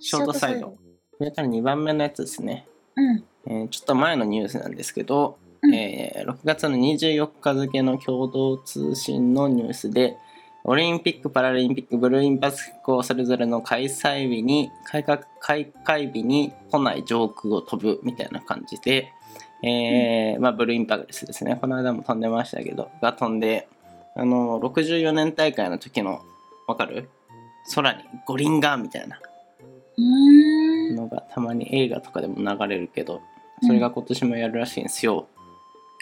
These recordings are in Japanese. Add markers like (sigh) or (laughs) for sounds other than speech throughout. ショートサイド。それから2番目のやつですね。うん。えーちょっと前のニュースなんですけど、うんえー6月の24日付の共同通信のニュースでオリンピック・パラリンピック・ブルーインパス飛行それぞれの開催日に開会開会日に都内上空を飛ぶみたいな感じで、えーまあ、ブルーインパルスですねこの間も飛んでましたけどが飛んであの64年大会の時のわかる空に五輪がみたいなうーん。のがたまに映画とかでも流れるけどそれが今年もやるらしいんですよ。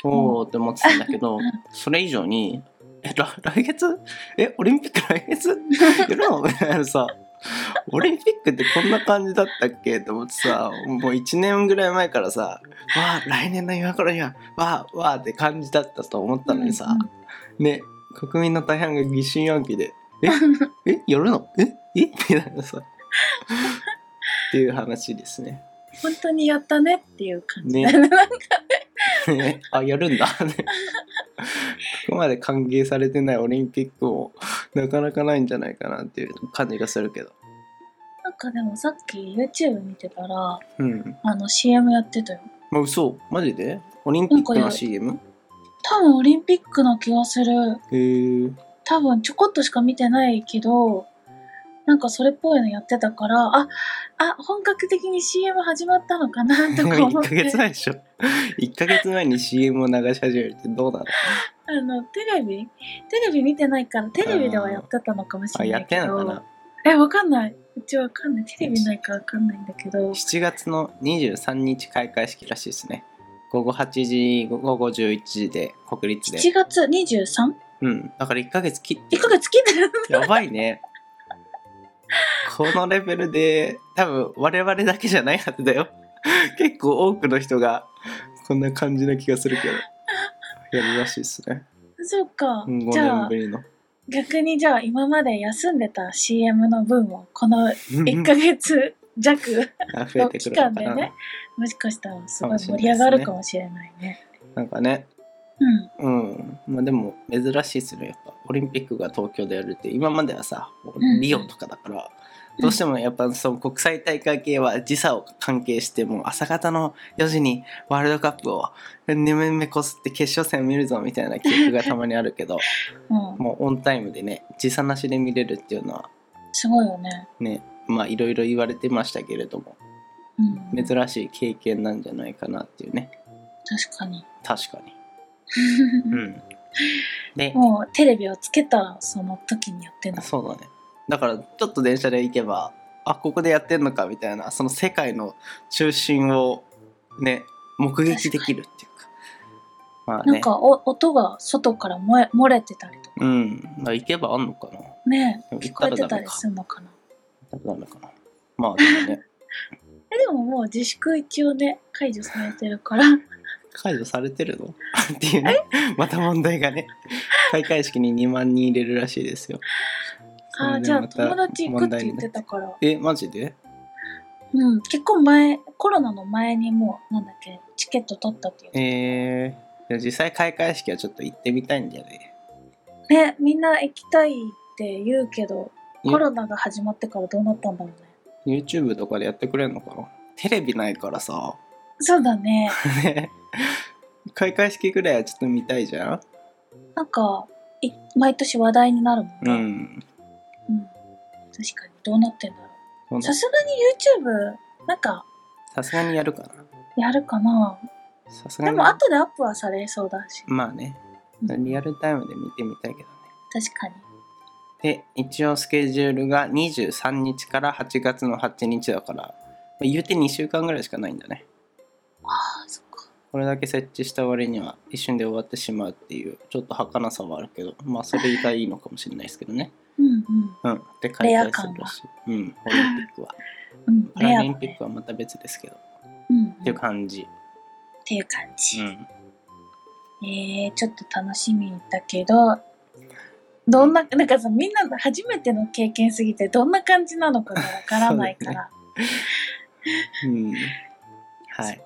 おおって思ってたんだけどそれ以上に「えら来月えオリンピック来 (laughs) 月やるの?」みたいなさオリンピックってこんな感じだったっけと思ってさもう1年ぐらい前からさ「わあ来年の今頃にはわあわあ」って感じだったと思ったのにさ、ね国民の大半が疑心暗鬼で「えうん。えやるのえ (laughs) えみたいなさっていう話ですね。 (laughs) 本当にやったねっていう感じ。ね (laughs) なんかねあやるんだ (laughs) ねここまで歓迎されてないオリンピックもなかなかないんじゃないかなっていう感じがするけどなんかでもさっき YouTube 見てたら、うんあの CM やってたよ。まあ嘘マジでオリンピックのなんかや CM? 多分オリンピックな気がする。へえー、多分ちょこっとしか見てないけど、なんかそれっぽいのやってたから、あ、あ、本格的に CM 始まったのかなでと (laughs) もか思1っヶて月。前でしょ1ヶ月前に CM を流し始めるってどうなのあの、テレビテレビ見てないから、テレビではやってたのかもしあれなやいってけんのかどな。え、わかんない。うちわかんない。テレビないからわかんないんだけど。 7月の23日開会式らしいですね午後8時午後11時で国立で7月 23? うんだから1ヶ月切って1ヶ月 (laughs) 切ってるやばいね。このレベルで多分我々だけじゃないはずだよ。結構多くの人がこんな感じな気がするけど。やるらしいですね。そうか5。じゃ年あぶ、りの。逆にじゃあ、今まで休んでた CM の分を、(laughs) この1ヶ月弱あ増えのて期くるの間かでな、ね、もしかしたらすごかもいしれな盛いでりすね上がるかもしれないね。なんかね。うん。うん。まあでも珍しいですね。やっぱオリンピックが東京でやるって今まではさ、んリオとかだから。どうしてもやっぱその国際大会系は時差を関係してもう朝方の4時にワールドカップを眠めこすって決勝戦見るぞみたいな記憶がたまにあるけどもうん、もうオンタイムでね時差なしで見れるっていうのはすごいよね。ねまあいろいろ言われてましたけれどもうん。珍しい経験なんじゃないかなっていうね確かに。確かに。うん、で (laughs) もうテレビをつけたその時にやってんだ。そうだねだからちょっと電車で行けばあここでやってんのかみたいなその世界の中心をね目撃できるっていうかまあなんねかお音が外から漏れ漏れてたりとかうんまあ行けばあんのかなねでも聞こえてた行ったらダメりかするのかなダメかなまあでもねえでももう自粛一応ね解除されてるから解除されてるの (laughs) っていうねまた問題がね開会式に2万人入れるらしいですよそれあでじゃあまた友達行くって言問って題になたから、えマジでうん、結構前コロナの前にもうなんだっけチケット取ったっていうえー、でも実際開会式はちょっと行ってみたいんだよねねみんな行きたいって言うけどコロナが始まってからどうなったんだろうね YouTube とかでやってくれるのかなテレビないからさそう (laughs) だねね (laughs) 開会式ぐらいはちょっと見たいじゃんなんかい毎年話題になるもんうね、んうん確かにどうなってんだろうそうださすがに YouTube なんかさすがにやるかなやるかなさすがでにも後でアップはされそうだし、まあねうんリアルタイムで見てみたいけどね確かにで一応スケジュールが23日から8月の8日だからまあ言うて2週間ぐらいしかないんだねああそっかこれだけ設置した割には一瞬で終わってしまうっていうちょっと儚さはあるけどまあそれがいいのかもしれないですけどねうんうんうんで開レア会す感るはらしいうんオリンピックはうんパレラアリだンピッねクはまた別ですけどっうんていうっ感じていう感じ、うんえー、ちょっと楽しみだけどどんななんかさみんなの初めての経験すぎてどんな感じなのかがわからないから、うんはい。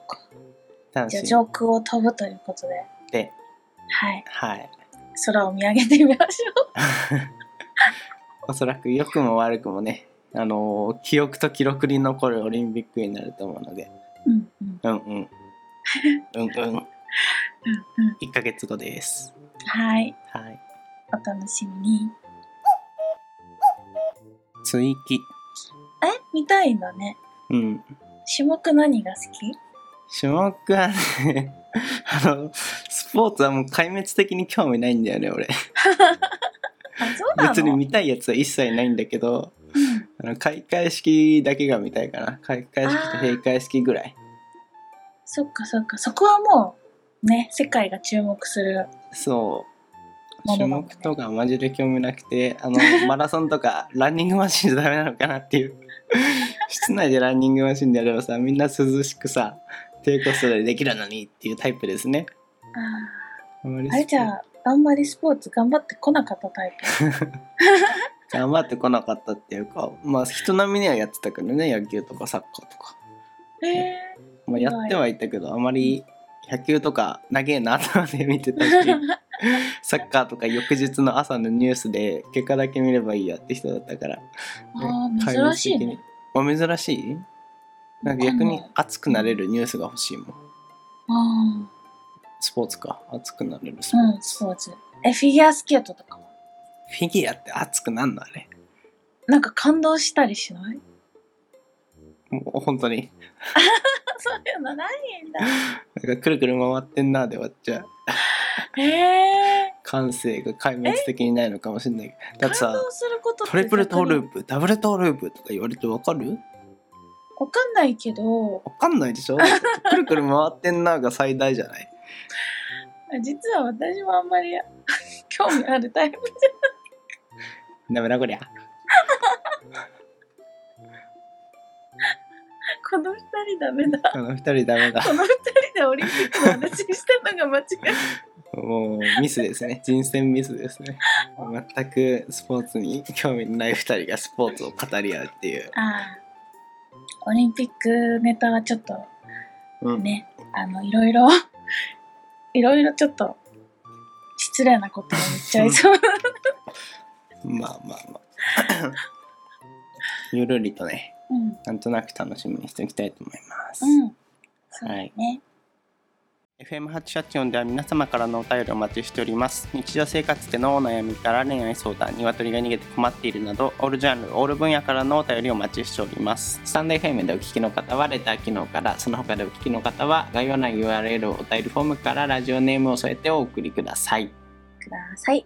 楽じゃしあん上空を飛ぶということでで、はいはい。空を見上げてみましょおそらく良くも悪くもね、あの記憶と記録に残るオリンピックになると (laughs) 思うのでうんうんうんうんうんうんうんうん。 1ヶ月後ですはい。はいお楽しみに。追記え見たいんだね。うん種目何が好き種目はね (laughs) あのスポーツはもう壊滅的に興味ないんだよね俺あ、そうなの別に見たいやつは一切ないんだけどうんあの開会式だけが見たいかな開会式と閉会式ぐらいそっかそっか。そこはもう、ね、世界が注目する。そうな種るほどね目とかマジで興味なくて (laughs) あのマラソンとかランニングマシンじゃダメなのかなっていう (laughs) 室内でランニングマシンでやればさみんな涼しくさ低コストでできるのにっていうタイプですねああんまりーあれじゃあ、あんまりスポーツ頑張ってこなかったタイプ。頑張ってこなかったっていうかまあ人並みにはやってたけどね野球とかサッカーとか、へえ。まあ、やってはいたけどあまり野球とか長えな頭で見てた (laughs) しサッカーとか翌日の朝のニュースで結果だけ見ればいいやって人だったからあねあ、珍しいね。。壊滅的にあ珍しいなんか逆に熱くなれるニュースが欲しいもん。あスポーツか。熱くなれるスあ、ポうーん、ツ。スポーツ。え、フィギュアスケートとかもフィギュアって熱くなんのあれ。なんか感動したりしないもう本当に。 (laughs) そういうのないんだ。なんかくるくる回ってんなで終わっちゃう。へえ。感性が壊滅的にないのかもしれない。だ感って動さ、することってトリプルトール逆にープ、ダブルトーループとか言われてわかるわかんないけど、わかんないでしょくるくる回ってんなが最大じゃない実は私もあんまり (laughs) 興味あるタイプじダメだこりゃ。ゃん。この二人ダメだ。あの二人ダメだ。この二人でオリンピックの話したのが間違いない。もうミスですね。人選ミスですね。全くスポーツに興味のない2人がスポーツを語り合うっていう。ああ。オリンピックネタはちょっとうん、ね、あの、いろいろ、 (laughs) いろいろちょっと、失礼なことを言っちゃ (laughs) いそう。まあまあまあ。 (laughs) ゆるりとね、うん。うん。なんとなく楽しみにしておきたいと思います。そうだはいね。 FM884 では皆様からのお便りをお待ちしております。日常生活でのお悩みから恋愛相談、鶏が逃げて困っているなど、オールジャンル、オール分野からのお便りをお待ちしております。スタンド FM でお聞きの方はレター機能から、その他でお聞きの方は概要欄 URL お便りフォームからラジオネームを添えてお送りください。ください。